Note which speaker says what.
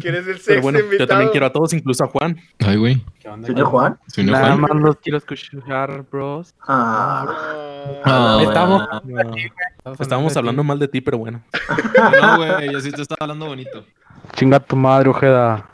Speaker 1: ¿Quién es el
Speaker 2: Pero
Speaker 1: sexto
Speaker 2: bueno,
Speaker 1: invitado?
Speaker 2: yo también quiero a todos, incluso a Juan.
Speaker 3: Ay, güey.
Speaker 4: ¿Qué onda?
Speaker 5: Señor Juan.
Speaker 3: Se unió
Speaker 6: Nada
Speaker 3: Juan.
Speaker 6: más los quiero escuchar, bros.
Speaker 5: Ah,
Speaker 3: Ah,
Speaker 5: bueno.
Speaker 6: Estamos.
Speaker 2: Estábamos hablando mal de ti, pero bueno.
Speaker 3: No, güey, yo sí te estaba hablando bonito.
Speaker 6: Chinga tu madre, Ojeda.